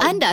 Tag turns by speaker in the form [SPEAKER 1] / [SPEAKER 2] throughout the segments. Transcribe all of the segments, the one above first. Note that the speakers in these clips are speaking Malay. [SPEAKER 1] Anda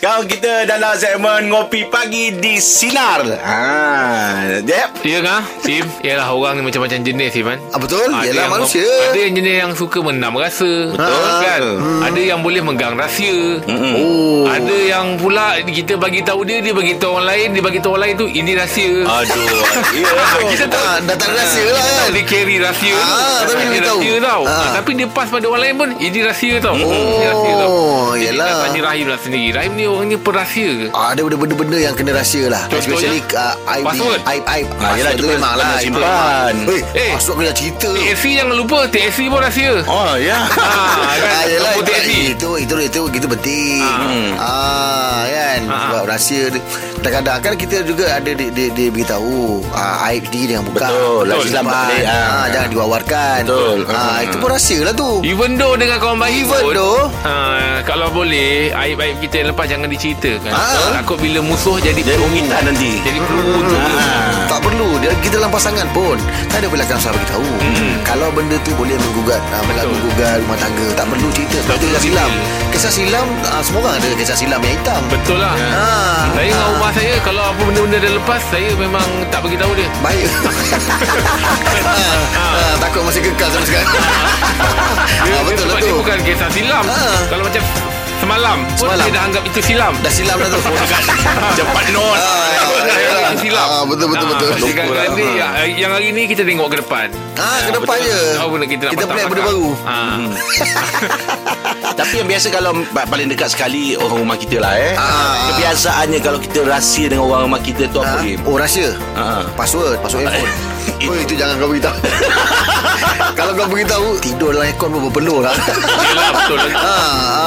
[SPEAKER 2] Sekarang kita dalam segmen Ngopi Pagi di Sinar. Ha, Jep.
[SPEAKER 3] Ya kah Sim Yalah orang ni macam-macam jenis Sim kan
[SPEAKER 4] Ah, betul. Ialah
[SPEAKER 3] yang-
[SPEAKER 4] manusia.
[SPEAKER 3] Ada yang jenis yang suka menam rasa Betul kan hmm.
[SPEAKER 4] Ah.
[SPEAKER 3] Ada yang boleh menggang rahsia hmm. oh. Ada yang pula Kita bagi tahu dia Dia bagi tahu orang lain Dia bagi tahu orang lain tu Ini rahsia
[SPEAKER 2] Aduh. ya.
[SPEAKER 3] Kita tak
[SPEAKER 4] Ah, dah tak ada rahsia lah
[SPEAKER 3] tak
[SPEAKER 4] kan.
[SPEAKER 3] boleh carry rahsia
[SPEAKER 4] Ah,
[SPEAKER 3] tu.
[SPEAKER 4] tapi dia
[SPEAKER 3] Ini
[SPEAKER 4] bagi tahu.
[SPEAKER 3] rahsia tau
[SPEAKER 4] Ah.
[SPEAKER 3] Ah, Tapi dia pass pada orang lain pun Ini rahsia tau Ini rahsia tau
[SPEAKER 4] Oh,
[SPEAKER 3] Jadi
[SPEAKER 4] yelah.
[SPEAKER 3] nak tanya Rahim lah sendiri Rahim ni orangnya perahsia ke?
[SPEAKER 4] Ah, ada benda-benda yang kena rahsia lah
[SPEAKER 3] Contohnya?
[SPEAKER 4] Especially uh, aib
[SPEAKER 3] Password.
[SPEAKER 4] Aib aib
[SPEAKER 2] Ah, yelah, tu kena-
[SPEAKER 4] memang lah
[SPEAKER 2] kena
[SPEAKER 4] aib
[SPEAKER 2] simpan.
[SPEAKER 4] memang. Weh
[SPEAKER 3] Eh.
[SPEAKER 4] Password kena cerita
[SPEAKER 3] TSC jangan lupa TSC pun rahsia
[SPEAKER 2] Oh, ya.
[SPEAKER 3] Ah, kan?
[SPEAKER 4] Ah, yelah,
[SPEAKER 3] Nombor
[SPEAKER 4] itu,
[SPEAKER 3] TSC
[SPEAKER 4] itu, itu, itu, itu penting ah. kan
[SPEAKER 3] Ah.
[SPEAKER 4] Sebab rahsia dia- Kadang-kadang kan kita juga ada Dia, dia, dia beritahu ah, Aib sendiri jangan buka
[SPEAKER 2] Betul. Lah, Islam tak boleh, ah.
[SPEAKER 3] eh.
[SPEAKER 4] ah, Jangan diwawarkan
[SPEAKER 2] Betul.
[SPEAKER 4] ah, Itu pun rahsia lah tu
[SPEAKER 3] Even though dengan kawan baik
[SPEAKER 4] Even
[SPEAKER 3] pun
[SPEAKER 4] though.
[SPEAKER 3] ha, Kalau boleh Aib-aib kita yang lepas Jangan diceritakan
[SPEAKER 4] Ah.
[SPEAKER 3] Takut bila musuh Jadi
[SPEAKER 2] Jadi kita nanti.
[SPEAKER 3] Jadi peluru tu
[SPEAKER 4] Tak perlu dia kita dalam pasangan pun tak ada belakang sahabat kita tahu. Hmm. Kalau benda tu boleh menggugat uh, melaku gugat rumah tangga tak perlu cerita sebab
[SPEAKER 3] Tak
[SPEAKER 4] tu kisah
[SPEAKER 3] perlu
[SPEAKER 4] silam.
[SPEAKER 3] reveal.
[SPEAKER 4] Kisah silam ah, semua orang ada kisah silam yang hitam.
[SPEAKER 3] Betul lah
[SPEAKER 4] Ah.
[SPEAKER 3] Saya dengan rumah saya Kalau apa benda-benda dah lepas Saya memang tak bagi tahu dia
[SPEAKER 4] Baik. Ah, takut masih kekal sampai sekarang.
[SPEAKER 3] Dia,
[SPEAKER 4] Ah,
[SPEAKER 3] dia
[SPEAKER 4] betul lah
[SPEAKER 3] sebab
[SPEAKER 4] tu.
[SPEAKER 3] dia bukan kisah silam
[SPEAKER 4] Ah.
[SPEAKER 3] Kalau macam Semalam Pun
[SPEAKER 4] Semalam.
[SPEAKER 3] dia dah anggap itu silam
[SPEAKER 4] Dah silam dah tu.
[SPEAKER 2] Cepat non.
[SPEAKER 4] Ah,
[SPEAKER 3] Dah
[SPEAKER 4] yelah.
[SPEAKER 3] Itu silam
[SPEAKER 4] Ah, betul betul
[SPEAKER 3] Ah,
[SPEAKER 4] betul. lah.
[SPEAKER 3] jadi kadang-kadang ni, yang- Yang hari ni kita tengok ke depan
[SPEAKER 4] Ah, ke depan je.
[SPEAKER 3] Tahu benda kita nak
[SPEAKER 4] Kita
[SPEAKER 3] patah
[SPEAKER 4] plan benda
[SPEAKER 3] belakang.
[SPEAKER 4] baru. Hmm.
[SPEAKER 3] Ah.
[SPEAKER 2] Tapi yang biasa kalau pa- paling dekat sekali orang rumah kita lah eh.
[SPEAKER 4] Ah.
[SPEAKER 2] Kebiasaannya kalau kita rahsia dengan orang rumah kita tu apa
[SPEAKER 4] Ah,
[SPEAKER 2] Im?
[SPEAKER 4] Oh rahsia
[SPEAKER 2] Ah.
[SPEAKER 4] Password Password handphone Oh itu jangan kau beritahu Kalau kau beritahu Tidur dalam aircon pun berpeluh lah
[SPEAKER 3] Yelah betul lah
[SPEAKER 4] ha, ha,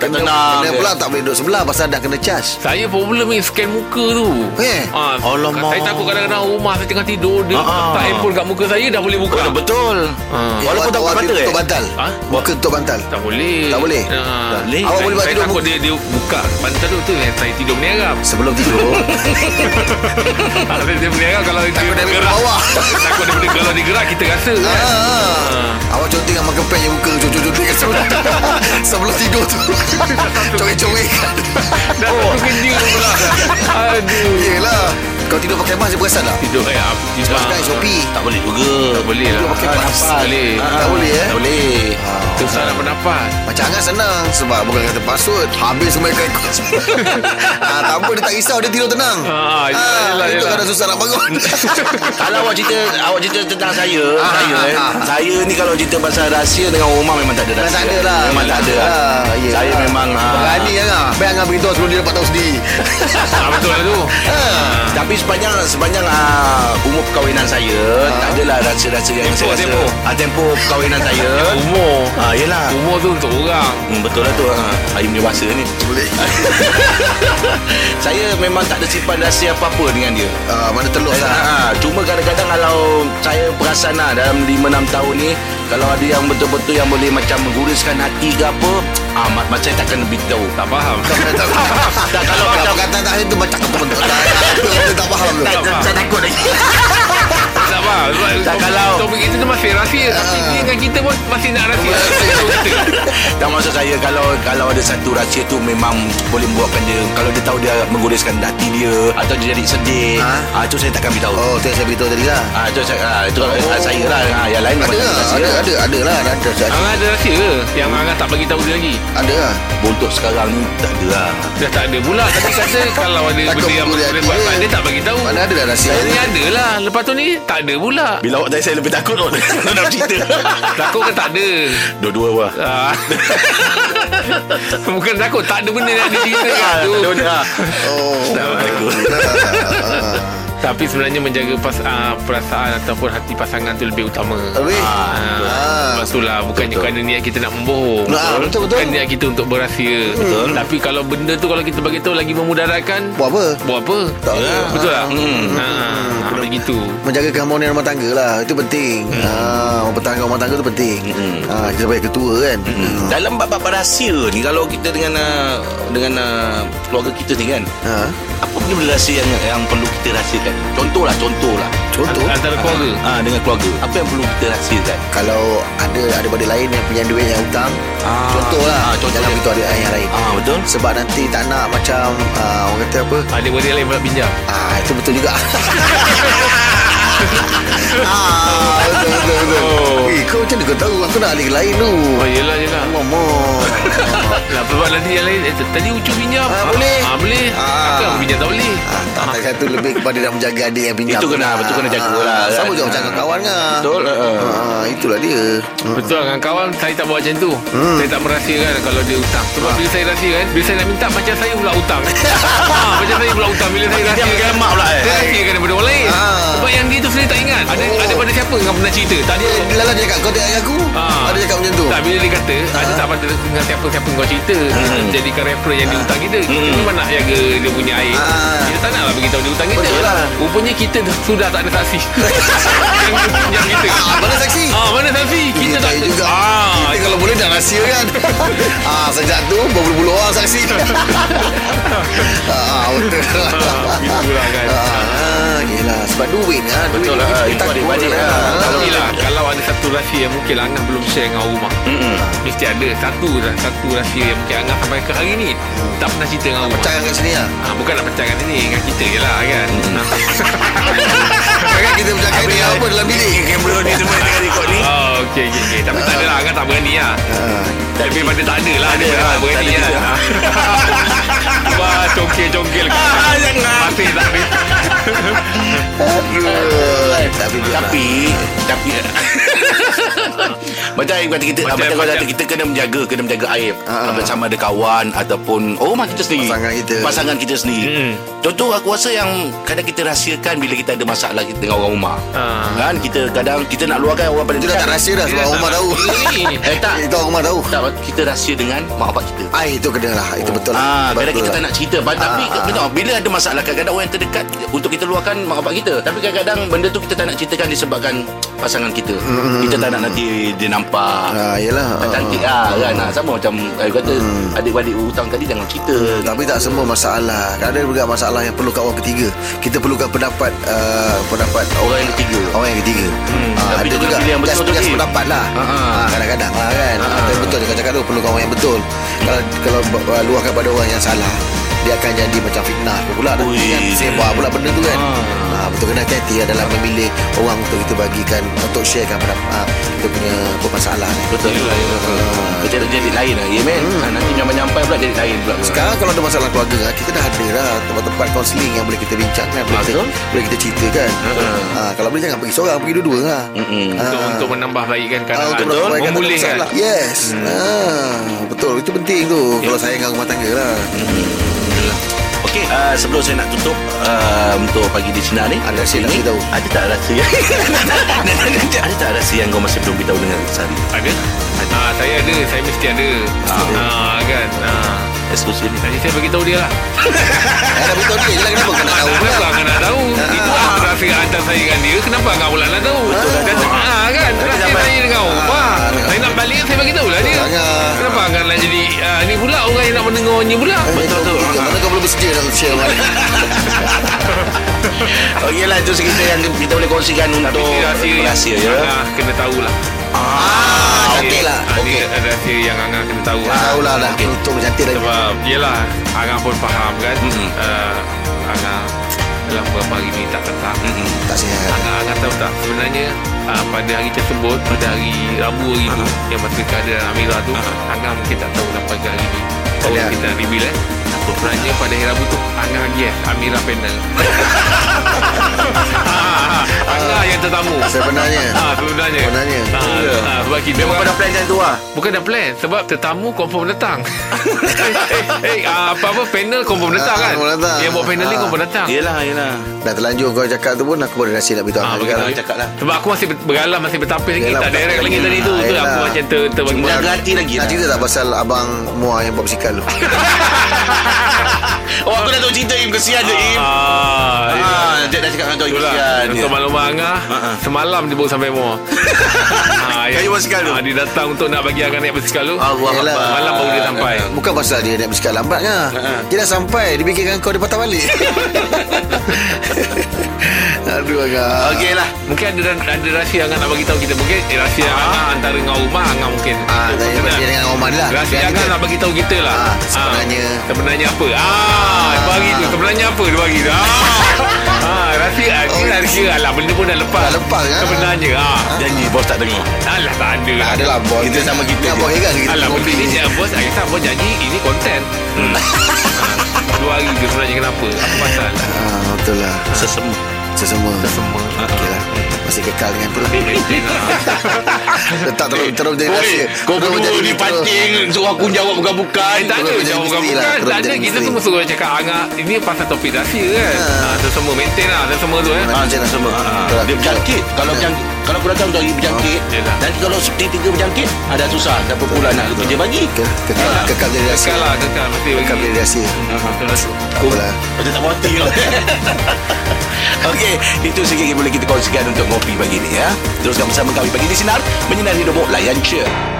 [SPEAKER 4] Kena,
[SPEAKER 2] tenang
[SPEAKER 4] kena
[SPEAKER 2] je.
[SPEAKER 4] pula tak boleh duduk sebelah Pasal dah kena charge
[SPEAKER 3] Saya problem ni scan muka tu.
[SPEAKER 4] Eh?
[SPEAKER 3] Ah,
[SPEAKER 2] Alamak.
[SPEAKER 3] Saya takut kadang-kadang rumah saya tengah tidur dia
[SPEAKER 2] Ah.
[SPEAKER 3] ah. letak handphone kat muka saya dah boleh buka.
[SPEAKER 2] Oh, betul.
[SPEAKER 3] Ah.
[SPEAKER 2] Walaupun tak buka
[SPEAKER 4] awak
[SPEAKER 2] mata eh.
[SPEAKER 4] Tutup bantal
[SPEAKER 3] Ha?
[SPEAKER 4] Muka tutup bantal
[SPEAKER 3] Tak boleh.
[SPEAKER 4] Tak boleh?
[SPEAKER 3] Ah.
[SPEAKER 2] Tak boleh.
[SPEAKER 4] Awak
[SPEAKER 3] Saya,
[SPEAKER 4] boleh buat
[SPEAKER 3] saya
[SPEAKER 4] tidur
[SPEAKER 3] takut dia, dia buka bantal tu tu yang saya tidur meniarap.
[SPEAKER 4] Sebelum tidur
[SPEAKER 3] Ah, saya tidur meniarap kalau dia
[SPEAKER 4] dia
[SPEAKER 3] bergerak.
[SPEAKER 4] ke bawah.
[SPEAKER 3] takut dia bergerak. Kalau dia gerak kita rasa
[SPEAKER 4] ha,
[SPEAKER 3] kan.
[SPEAKER 4] ha. Awak contoh yang makan pen yang muka Contoh-contoh kat sebelah Sebelum tidur tu kan. Corik-corik
[SPEAKER 3] Dah oh. kerja pula. Aduh.
[SPEAKER 4] Yelah Kau tidur pakai mask Dia perasan tak?
[SPEAKER 3] Tidur eh apa tidur.
[SPEAKER 4] Sebab sekarang Shopee
[SPEAKER 2] Tak boleh juga.
[SPEAKER 3] Tak boleh lah.
[SPEAKER 4] Tidur pakai mask
[SPEAKER 3] Tak boleh.
[SPEAKER 4] Tak boleh eh
[SPEAKER 2] Tak boleh.
[SPEAKER 3] Susah nak bernafas.
[SPEAKER 4] Macam Angah senang Sebab bukan kata password Habis semua ikan ikut ha, Tak apa dia tak risau Dia tidur tenang
[SPEAKER 3] Ah, yelah, yelah,
[SPEAKER 4] Itu
[SPEAKER 3] yelah.
[SPEAKER 4] kadang susah nak bangun
[SPEAKER 2] Kalau awak cerita Awak cerita tentang saya
[SPEAKER 4] Ah,
[SPEAKER 2] Saya
[SPEAKER 4] ah,
[SPEAKER 2] eh
[SPEAKER 4] ah.
[SPEAKER 2] Saya ni kalau cerita pasal rahsia Dengan rumah memang tak ada rahsia
[SPEAKER 4] Memang tak ada lah
[SPEAKER 2] Memang tak ada lah
[SPEAKER 4] Ah, yelah.
[SPEAKER 2] Saya memang ah.
[SPEAKER 4] Berani kan, Angah Baik Angah beritahu Sebelum dia dapat tahu sendiri
[SPEAKER 3] Ah, betul lah tu.
[SPEAKER 4] ah.
[SPEAKER 2] Tapi sepanjang Sepanjang ah, Umur perkahwinan saya
[SPEAKER 4] Ah.
[SPEAKER 2] Tak adalah rahsia-rahsia yang
[SPEAKER 3] Tempoh,
[SPEAKER 2] saya rasa
[SPEAKER 3] tempoh.
[SPEAKER 2] Ah, Tempoh perkahwinan saya
[SPEAKER 3] Umur.
[SPEAKER 2] Ah, Yelah
[SPEAKER 3] Umur tu untuk orang.
[SPEAKER 2] Hmm, betul lah tu ha. Saya punya bahasa ni
[SPEAKER 4] Boleh
[SPEAKER 2] Saya memang tak ada simpan rahsia apa-apa dengan dia
[SPEAKER 4] Ah, Mana telur lah
[SPEAKER 2] Ha, cuma kadang-kadang kalau saya perasan lah dalam 5-6 tahun ni kalau ada yang betul-betul yang boleh macam mengguriskan hati ke apa amat macam saya takkan lebih tahu.
[SPEAKER 3] Tak faham.
[SPEAKER 4] Tak
[SPEAKER 2] kalau
[SPEAKER 4] Kalau
[SPEAKER 2] macam
[SPEAKER 4] perkataan tak itu Macam kata bentuk Tak- tak- Tak faham tu
[SPEAKER 2] tak, tak, saya takut lagi.
[SPEAKER 3] Tak faham Sebab
[SPEAKER 2] Tak,
[SPEAKER 3] topik-
[SPEAKER 2] kalau-
[SPEAKER 3] Topik kita tu masih rahsia Tapi
[SPEAKER 4] Ah.
[SPEAKER 3] dia dengan kita pun Masih nak rahsia So, kita.
[SPEAKER 2] tak maksud saya kalau kalau ada satu rahsia tu memang boleh membuatkan dia kalau dia tahu dia mengguriskan hati dia atau dia jadi sedih
[SPEAKER 4] Ha?
[SPEAKER 2] ha? itu saya takkan beritahu.
[SPEAKER 4] Oh tu yang saya beritahu tadi lah
[SPEAKER 2] Ah ha, itu saya ha, itu oh. saya lah ha, yang lain
[SPEAKER 4] Ada
[SPEAKER 2] memang
[SPEAKER 4] lah
[SPEAKER 2] rahsia.
[SPEAKER 4] Ada ada ada lah Ada ada
[SPEAKER 3] Angah ada rahsia ke Yang Angah tak bagi tahu dia lagi
[SPEAKER 4] Ada lah
[SPEAKER 2] Untuk sekarang ni tak ada lah.
[SPEAKER 3] Dah tak ada pula Tapi kata Kalau ada
[SPEAKER 4] Takut
[SPEAKER 3] benda yang
[SPEAKER 4] pukul
[SPEAKER 3] boleh
[SPEAKER 4] hati
[SPEAKER 3] buat
[SPEAKER 4] dia.
[SPEAKER 3] kat Dia tak bagi tahu
[SPEAKER 4] Mana ada dah rahsia
[SPEAKER 3] Ni ada lah Lepas tu ni Tak ada pula
[SPEAKER 2] Bila awak tanya saya lebih takut awak nak cerita.
[SPEAKER 3] Takut ke tak ada
[SPEAKER 2] Dua-dua apa?
[SPEAKER 3] Ah. Bukan takut Tak ada benda yang ada cerita
[SPEAKER 2] Kan?
[SPEAKER 3] kat tu.
[SPEAKER 2] ha.
[SPEAKER 4] Oh ah,
[SPEAKER 3] Tapi sebenarnya Menjaga pas, ah, perasaan Ataupun hati pasangan tu Lebih utama
[SPEAKER 4] Habis
[SPEAKER 3] Ah, Sebab itulah Bukannya kerana niat kita nak membohong
[SPEAKER 4] Ah, betul, betul.
[SPEAKER 3] Bukan niat kita untuk berahsia betul. Tapi kalau benda tu Kalau kita bagi tahu Lagi memudaratkan
[SPEAKER 4] Buat apa?
[SPEAKER 3] Buat apa
[SPEAKER 4] Tak ada.
[SPEAKER 3] Betul tak hmm. ha, Begitu
[SPEAKER 4] menjaga keharmonian rumah tangga lah itu penting hmm. ha, mempertahankan rumah tangga tu penting hmm. ha, kita sebagai ketua kan hmm.
[SPEAKER 2] Hmm. Dalam bab-bab rahsia ni kalau kita dengan uh, dengan uh, keluarga kita ni kan.
[SPEAKER 4] ha.
[SPEAKER 2] Apa benda rahsia yang, yang perlu kita rahsiakan? Contohlah, contohlah.
[SPEAKER 4] Contoh
[SPEAKER 3] Antara keluarga
[SPEAKER 2] Ah, dengan keluarga. Apa yang perlu kita rahsiakan?
[SPEAKER 4] Kalau ada ada benda lain yang punya duit yang hutang
[SPEAKER 2] Ah.
[SPEAKER 4] Contoh lah
[SPEAKER 2] Ah, contoh
[SPEAKER 4] Jangan
[SPEAKER 2] dia.
[SPEAKER 4] beritahu ada yang lain
[SPEAKER 2] Ah, betul.
[SPEAKER 4] Sebab nanti tak nak macam ah, Orang kata apa
[SPEAKER 3] Ada benda lain pula pinjam
[SPEAKER 4] Ah Itu betul juga Ah, betul, betul, betul.
[SPEAKER 2] Oh.
[SPEAKER 4] Eh, kau macam mana kau tahu Aku nak ada yang lain tu
[SPEAKER 3] Oh yelah yelah
[SPEAKER 4] Mama
[SPEAKER 3] Lah sebab nanti yang lain eh, Tadi Ucu pinjam
[SPEAKER 4] Ah, boleh.
[SPEAKER 3] ah, Boleh
[SPEAKER 4] Ah.
[SPEAKER 3] Takkan aku pinjam tak boleh
[SPEAKER 4] Ah, tak tak satu lebih kepada nak menjaga adik yang pinjam
[SPEAKER 2] Itu kena,
[SPEAKER 4] Ah,
[SPEAKER 2] betul kena jaga lah,
[SPEAKER 4] ah, Sama
[SPEAKER 2] kan?
[SPEAKER 4] juga macam kawan kan
[SPEAKER 2] Betul, ah, ah.
[SPEAKER 4] Ah, Itulah dia
[SPEAKER 3] Betul dengan kawan Saya tak buat macam tu hmm. Saya tak merahsiakan Kalau dia hutang Sebab
[SPEAKER 4] Ah.
[SPEAKER 3] bila saya rahsiakan Bila saya nak minta Macam saya pula hutang ha, Macam saya pula hutang Bila saya
[SPEAKER 2] Dia
[SPEAKER 3] rahsiakan
[SPEAKER 2] gemak pula, eh?
[SPEAKER 3] Saya rahsiakan daripada orang lain
[SPEAKER 4] Ha.
[SPEAKER 3] Sebab yang dia tu sendiri tak ingat Ada
[SPEAKER 4] Oh.
[SPEAKER 3] ada pada siapa Yang pernah cerita Tak ada
[SPEAKER 4] Dia lala dia cakap kau adik ayah aku
[SPEAKER 3] Ah.
[SPEAKER 4] Ada cakap macam tu
[SPEAKER 3] tak bila dia kata Ada
[SPEAKER 4] Ah.
[SPEAKER 3] tak pada dengan siapa-siapa kau cerita Kita
[SPEAKER 4] Hmm.
[SPEAKER 3] jadikan referen yang dihutang kita Kita memang nak jaga dia punya air
[SPEAKER 4] Ah.
[SPEAKER 3] Kita tak nak lah beritahu dia hutang kita
[SPEAKER 4] Betul lah.
[SPEAKER 3] Rupanya kita dah- sudah tak ada saksi Yang pinjam kita
[SPEAKER 4] Ah, Mana saksi
[SPEAKER 3] Ah, mana saksi? Kita tak ada
[SPEAKER 4] juga
[SPEAKER 3] Ah,
[SPEAKER 4] Kita kalau boleh dah rahsia kan ah, Sejak tu Berpuluh-puluh orang saksi ah, Betul
[SPEAKER 3] Itulah kan
[SPEAKER 4] ah, Yelah Sebab duit ah, duit
[SPEAKER 2] Betul lah,
[SPEAKER 4] kita
[SPEAKER 2] itu
[SPEAKER 4] takut
[SPEAKER 2] adik-adik
[SPEAKER 4] lah.
[SPEAKER 2] lah.
[SPEAKER 4] Ah,
[SPEAKER 3] Tapi lah Kalau ada satu rahsia yang mungkin Angah belum share dengan orang rumah
[SPEAKER 2] Mm-mm.
[SPEAKER 3] Mesti ada satu lah Satu rahsia yang mungkin Angah sampai ke hari ni Tak pernah cerita dengan orang rumah
[SPEAKER 4] Percaya kat sini lah
[SPEAKER 3] ha, Bukan nak pecahkan ini Dengan kita je lah kan
[SPEAKER 4] Sekarang kita bercakap ni Apa dalam bilik
[SPEAKER 2] Kamera ni semua dengan record ni.
[SPEAKER 3] Oh okey okey okey Tapi tak ada lah Angah tak berani lah
[SPEAKER 4] Ah,
[SPEAKER 3] Tapi pada tak ada lah Ada
[SPEAKER 2] lah,
[SPEAKER 3] tak berani
[SPEAKER 2] tak ada
[SPEAKER 3] lah Wah congkel-congkel kan Masih tak ada
[SPEAKER 4] Aduh Tapi lah.
[SPEAKER 2] Tapi Tapi Macam Aib kata kita
[SPEAKER 3] Macam-
[SPEAKER 2] Macam, kau kata
[SPEAKER 3] macam-
[SPEAKER 2] kita kena menjaga Kena menjaga Aib
[SPEAKER 4] Ah.
[SPEAKER 2] Bersama ada kawan Ataupun Oh mak kita sendiri
[SPEAKER 4] Pasangan kita.
[SPEAKER 2] Pasangan kita sendiri
[SPEAKER 3] Mm.
[SPEAKER 2] Contoh aku rasa yang Kadang kita rahsiakan Bila kita ada masalah kita Dengan orang rumah
[SPEAKER 3] Ah.
[SPEAKER 2] Kan kita kadang Kita nak luahkan orang pada
[SPEAKER 4] Itu dah tak rahsia dah Sebab rumah tahu
[SPEAKER 3] Ini
[SPEAKER 2] Eh tak
[SPEAKER 4] Itu orang rumah tahu
[SPEAKER 2] Tak kita rahsia dengan Mak bapak kita
[SPEAKER 4] Ah itu kena lah Itu betul
[SPEAKER 2] Ah, kadang
[SPEAKER 4] lah Betul
[SPEAKER 2] kita
[SPEAKER 4] lah.
[SPEAKER 2] tak nak cerita ah, Tapi
[SPEAKER 4] Ah, ah.
[SPEAKER 2] ah, bila ada masalah Kadang-kadang orang yang terdekat Untuk kita luahkan mak bapak kita Tapi kadang-kadang benda tu kita tak nak ceritakan Disebabkan pasangan kita Kita tak nak nanti dia nampak
[SPEAKER 4] Mm-hmm. Ah, yelah
[SPEAKER 2] Tak cantik lah kan Ah, Sama macam eh, kata
[SPEAKER 4] Mm.
[SPEAKER 2] Adik-adik hutang tadi jangan cerita
[SPEAKER 4] Tapi tak semua masalah Ada juga masalah yang perlukan orang ketiga Kita perlukan pendapat uh, Pendapat
[SPEAKER 2] Orang yang ketiga
[SPEAKER 4] Orang yang ketiga hmm,
[SPEAKER 2] tapi tu
[SPEAKER 4] Ada
[SPEAKER 2] kena
[SPEAKER 4] juga
[SPEAKER 2] pilih yang
[SPEAKER 4] Just,
[SPEAKER 2] betul tu,
[SPEAKER 4] just
[SPEAKER 2] Kim.
[SPEAKER 4] pendapat lah
[SPEAKER 2] Ha, ha.
[SPEAKER 4] Ah, Kadang-kadang lah kan
[SPEAKER 2] Ha, ha.
[SPEAKER 4] Tapi Betul dia cakap tu Perlukan orang yang betul Kalau kalau uh, luahkan pada orang yang salah dia akan jadi macam fitnah tu pula nanti
[SPEAKER 2] Ui.
[SPEAKER 4] kan sebar pula benda tu kan ha. betul kena hati-hati lah dalam memilih orang untuk kita bagikan untuk sharekan pendapat ha, kita punya permasalahan ni
[SPEAKER 2] Betul
[SPEAKER 3] Yelah,
[SPEAKER 4] ya.
[SPEAKER 3] yelah.
[SPEAKER 2] Ah, Macam jadi lain lah Ya men
[SPEAKER 4] Mm.
[SPEAKER 2] Ah, Nanti nyampai-nyampai pula jadi lain pula
[SPEAKER 4] Sekarang kalau ada masalah keluarga kan, Kita dah ada lah tempat-tempat kaunseling Yang boleh kita bincangkan Boleh, kita,
[SPEAKER 2] Betul.
[SPEAKER 4] boleh kita cerita kan
[SPEAKER 2] Mm-mm.
[SPEAKER 4] ha, Kalau boleh jangan pergi seorang Pergi dua-dua lah
[SPEAKER 2] Mm-mm.
[SPEAKER 4] Ah.
[SPEAKER 3] Untuk, untuk menambah baikkan
[SPEAKER 4] Ah,
[SPEAKER 3] keadaan
[SPEAKER 4] untuk melakukan
[SPEAKER 3] Memulihkan
[SPEAKER 4] masalah. Yes Ah, Betul itu penting tu Kalau saya dengan rumah tangga lah
[SPEAKER 2] Okey, uh, sebelum saya nak tutup uh, untuk pagi di Cina ni,
[SPEAKER 4] Ada rahsia
[SPEAKER 2] ini,
[SPEAKER 4] nak beritahu?
[SPEAKER 2] Ada tak rahsia? ada tak rahsia yang kau masih belum beritahu dengan Sari?
[SPEAKER 3] Ada? Ha, saya ada, saya mesti ada. Ha, ha kan. Ha.
[SPEAKER 2] Eksklusif ni.
[SPEAKER 3] Nanti saya beritahu dia lah.
[SPEAKER 4] Eh, Dah beritahu dia je lah Kenapa kau nak tahu pula
[SPEAKER 3] Kenapa kau nak tahu? Itu aku rasa antara saya dengan dia. Kenapa kau pula nak tahu? Dan, ha, kan. Rasa
[SPEAKER 2] dapat.
[SPEAKER 3] saya dengan Opa.
[SPEAKER 4] Ah,
[SPEAKER 3] Saya nak balik, saya beritahu lah dia.
[SPEAKER 4] Jangan.
[SPEAKER 3] Kenapa kau nak jadi ah, ni pula orang yang nak mendengarnya pula?
[SPEAKER 4] Betul tu Mana kau belum bersedia dalam share rumah ni?
[SPEAKER 2] Okeylah, Oh, itu sekitar yang kita boleh kongsikan untuk
[SPEAKER 3] Tapi
[SPEAKER 2] rahsia
[SPEAKER 3] rahsia,
[SPEAKER 2] ya.
[SPEAKER 3] Angah kena tahulah.
[SPEAKER 4] Ah,
[SPEAKER 3] Okey.
[SPEAKER 4] Cantik lah
[SPEAKER 3] Ah, ni Rahsia yang Angah kena tahu.
[SPEAKER 4] Dah tahu lah dah Untung cantik lagi
[SPEAKER 3] Sebab Yelah Angah pun faham kan
[SPEAKER 2] Mm-mm.
[SPEAKER 3] uh, Angah Dalam beberapa hari ni tak tetap
[SPEAKER 2] Mm-mm.
[SPEAKER 4] Tak sihat
[SPEAKER 3] Angah, Angah tahu Ah, tak Sebenarnya uh, Pada hari tersebut Pada hari Rabu hari
[SPEAKER 4] Ah.
[SPEAKER 3] tu Yang masa keadaan Amira tu Angah mungkin tak tahu Sampai ke hari ni Tahu
[SPEAKER 4] Ada.
[SPEAKER 3] kita nak reveal eh Sebenarnya pada hari Rabu tu Angah guest Amira panel Ah, Angah yang tetamu
[SPEAKER 4] Sebenarnya
[SPEAKER 3] Ah, sebenarnya
[SPEAKER 4] Sebenarnya.
[SPEAKER 3] Ah,
[SPEAKER 2] Ya.
[SPEAKER 3] ah, Sebab kita
[SPEAKER 2] Memang
[SPEAKER 3] orang-
[SPEAKER 2] pada plan macam tu lah.
[SPEAKER 3] Bukan dah plan Sebab tetamu confirm datang Eh, eh, eh ah, apa-apa panel confirm datang
[SPEAKER 4] Ah,
[SPEAKER 3] kan
[SPEAKER 4] confirm datang.
[SPEAKER 3] Yang buat panel ni
[SPEAKER 4] Ah.
[SPEAKER 3] confirm datang
[SPEAKER 2] Yelah, yelah.
[SPEAKER 4] Dah terlanjur kau cakap tu pun Aku boleh rahsia nak beritahu
[SPEAKER 3] Ah,
[SPEAKER 4] Angah
[SPEAKER 3] bagi
[SPEAKER 4] juga
[SPEAKER 3] tahu.
[SPEAKER 4] lah.
[SPEAKER 2] cakap lah.
[SPEAKER 3] Sebab aku masih bergalah Masih bertapis lagi
[SPEAKER 4] Yelah,
[SPEAKER 3] Tak direct
[SPEAKER 4] bertapis
[SPEAKER 3] lagi
[SPEAKER 4] lagi.
[SPEAKER 3] tadi tu Tu
[SPEAKER 4] Yelah.
[SPEAKER 3] aku macam ter, ter,
[SPEAKER 2] Jaga hati lagi
[SPEAKER 4] Nak
[SPEAKER 2] lah.
[SPEAKER 4] cerita tak pasal Abang Muar yang bawa basikal tu
[SPEAKER 2] Oh, aku dah tahu cerita Im. Kesian je Im.
[SPEAKER 3] Ah,
[SPEAKER 2] Ah, dia dah cakap dengan kau Im.
[SPEAKER 3] Itulah
[SPEAKER 2] Kesian.
[SPEAKER 3] Untuk maklum Angah Semalam dia baru sampai mall ah, ya.
[SPEAKER 2] Kayu basikal basikal tu
[SPEAKER 3] Ah, dia datang untuk nak bagi Angah naik basikal tu.
[SPEAKER 2] Allah
[SPEAKER 4] Yelah.
[SPEAKER 2] Akbar
[SPEAKER 3] Malam baru dia sampai.
[SPEAKER 4] Bukan pasal dia naik basikal lambatnya.
[SPEAKER 2] Ha.
[SPEAKER 4] Dia dah sampai, dia fikirkan kau dia patah balik. Aduh agak.
[SPEAKER 2] Okey lah
[SPEAKER 3] Mungkin ada ada rahsia Angah nak bagi tahu kita. Mungkin eh, rahsia
[SPEAKER 2] Ah.
[SPEAKER 3] Angah antara dengan rumah Angah mungkin.
[SPEAKER 4] Ah, saya
[SPEAKER 3] Kenal.
[SPEAKER 4] dia dengan Oman lah.
[SPEAKER 3] Rahsia
[SPEAKER 4] Biar
[SPEAKER 3] Angah
[SPEAKER 4] kita-
[SPEAKER 3] nak bagi tahu kita lah.
[SPEAKER 4] Ah, sebenarnya.
[SPEAKER 3] Ah, sebenarnya apa? Ah, dia bagi tu. Sebenarnya apa dia bagi tu? Ah. ah, rahsia oh, dia
[SPEAKER 4] Oh.
[SPEAKER 3] dah kira alah benda pun dah lepas.
[SPEAKER 4] Dah lepas, kan?
[SPEAKER 3] Sebenarnya ah.
[SPEAKER 2] Janji bos tak dengar
[SPEAKER 3] Alah tak ada. lah,
[SPEAKER 4] Tak adalah bos.
[SPEAKER 2] Kita sama kita
[SPEAKER 4] Nak
[SPEAKER 2] je.
[SPEAKER 4] bos heran kita.
[SPEAKER 3] Alah
[SPEAKER 4] kopi
[SPEAKER 3] benda ni
[SPEAKER 4] ni.
[SPEAKER 3] jangan bos tak kisah bos janji ini konten. Hmm. Ah, Dua hari je sebenarnya kenapa? Apa pasal?
[SPEAKER 4] Ah, betul lah.
[SPEAKER 2] Sesemu
[SPEAKER 4] Sesama.
[SPEAKER 3] Semua.
[SPEAKER 4] Okey lah. Masih kekal dengan tu lah.
[SPEAKER 3] Eh,
[SPEAKER 4] Letak terus terus jadi rahsia.
[SPEAKER 2] Kau
[SPEAKER 4] Terus
[SPEAKER 2] berdua
[SPEAKER 4] jadi
[SPEAKER 2] ni
[SPEAKER 4] terus.
[SPEAKER 2] pancing Suruh aku jawab bukan-bukan
[SPEAKER 3] Eh, tak ada
[SPEAKER 4] Terus jadi
[SPEAKER 3] jawab
[SPEAKER 4] misteri
[SPEAKER 3] bukan
[SPEAKER 4] lah, terus
[SPEAKER 3] Tak ada
[SPEAKER 4] jadi
[SPEAKER 3] kita
[SPEAKER 4] misteri.
[SPEAKER 3] semua suruh cakap Angah Ini pasal topik rahsia kan
[SPEAKER 4] Ha.
[SPEAKER 3] ha, tu semua maintain lah tu semua tu eh
[SPEAKER 2] Ah, macam mana semua Ah,
[SPEAKER 4] Betul lah.
[SPEAKER 2] Dia Ah, berjangkit Kalau berjangkit Kalau aku datang untuk hari berjangkit
[SPEAKER 3] Yelah.
[SPEAKER 2] Nanti kalau sepuluh tiga berjangkit Ada susah Siapa pula nak kerja bagi
[SPEAKER 4] Ke- Kekal
[SPEAKER 3] Ah.
[SPEAKER 4] kekal jadi rahsia.
[SPEAKER 3] Kekal lah kekal Mesti
[SPEAKER 4] Kekal
[SPEAKER 3] bagi
[SPEAKER 4] jadi rahsia.
[SPEAKER 3] Betul lah tu.
[SPEAKER 4] Tak apalah.
[SPEAKER 2] Macam tak berhati kau Okey Itu sikit yang boleh kita kongsikan Untuk kopi pagi ni ya Teruskan bersama kami pagi di Sinar Menyinari hidupmu Layan Cheer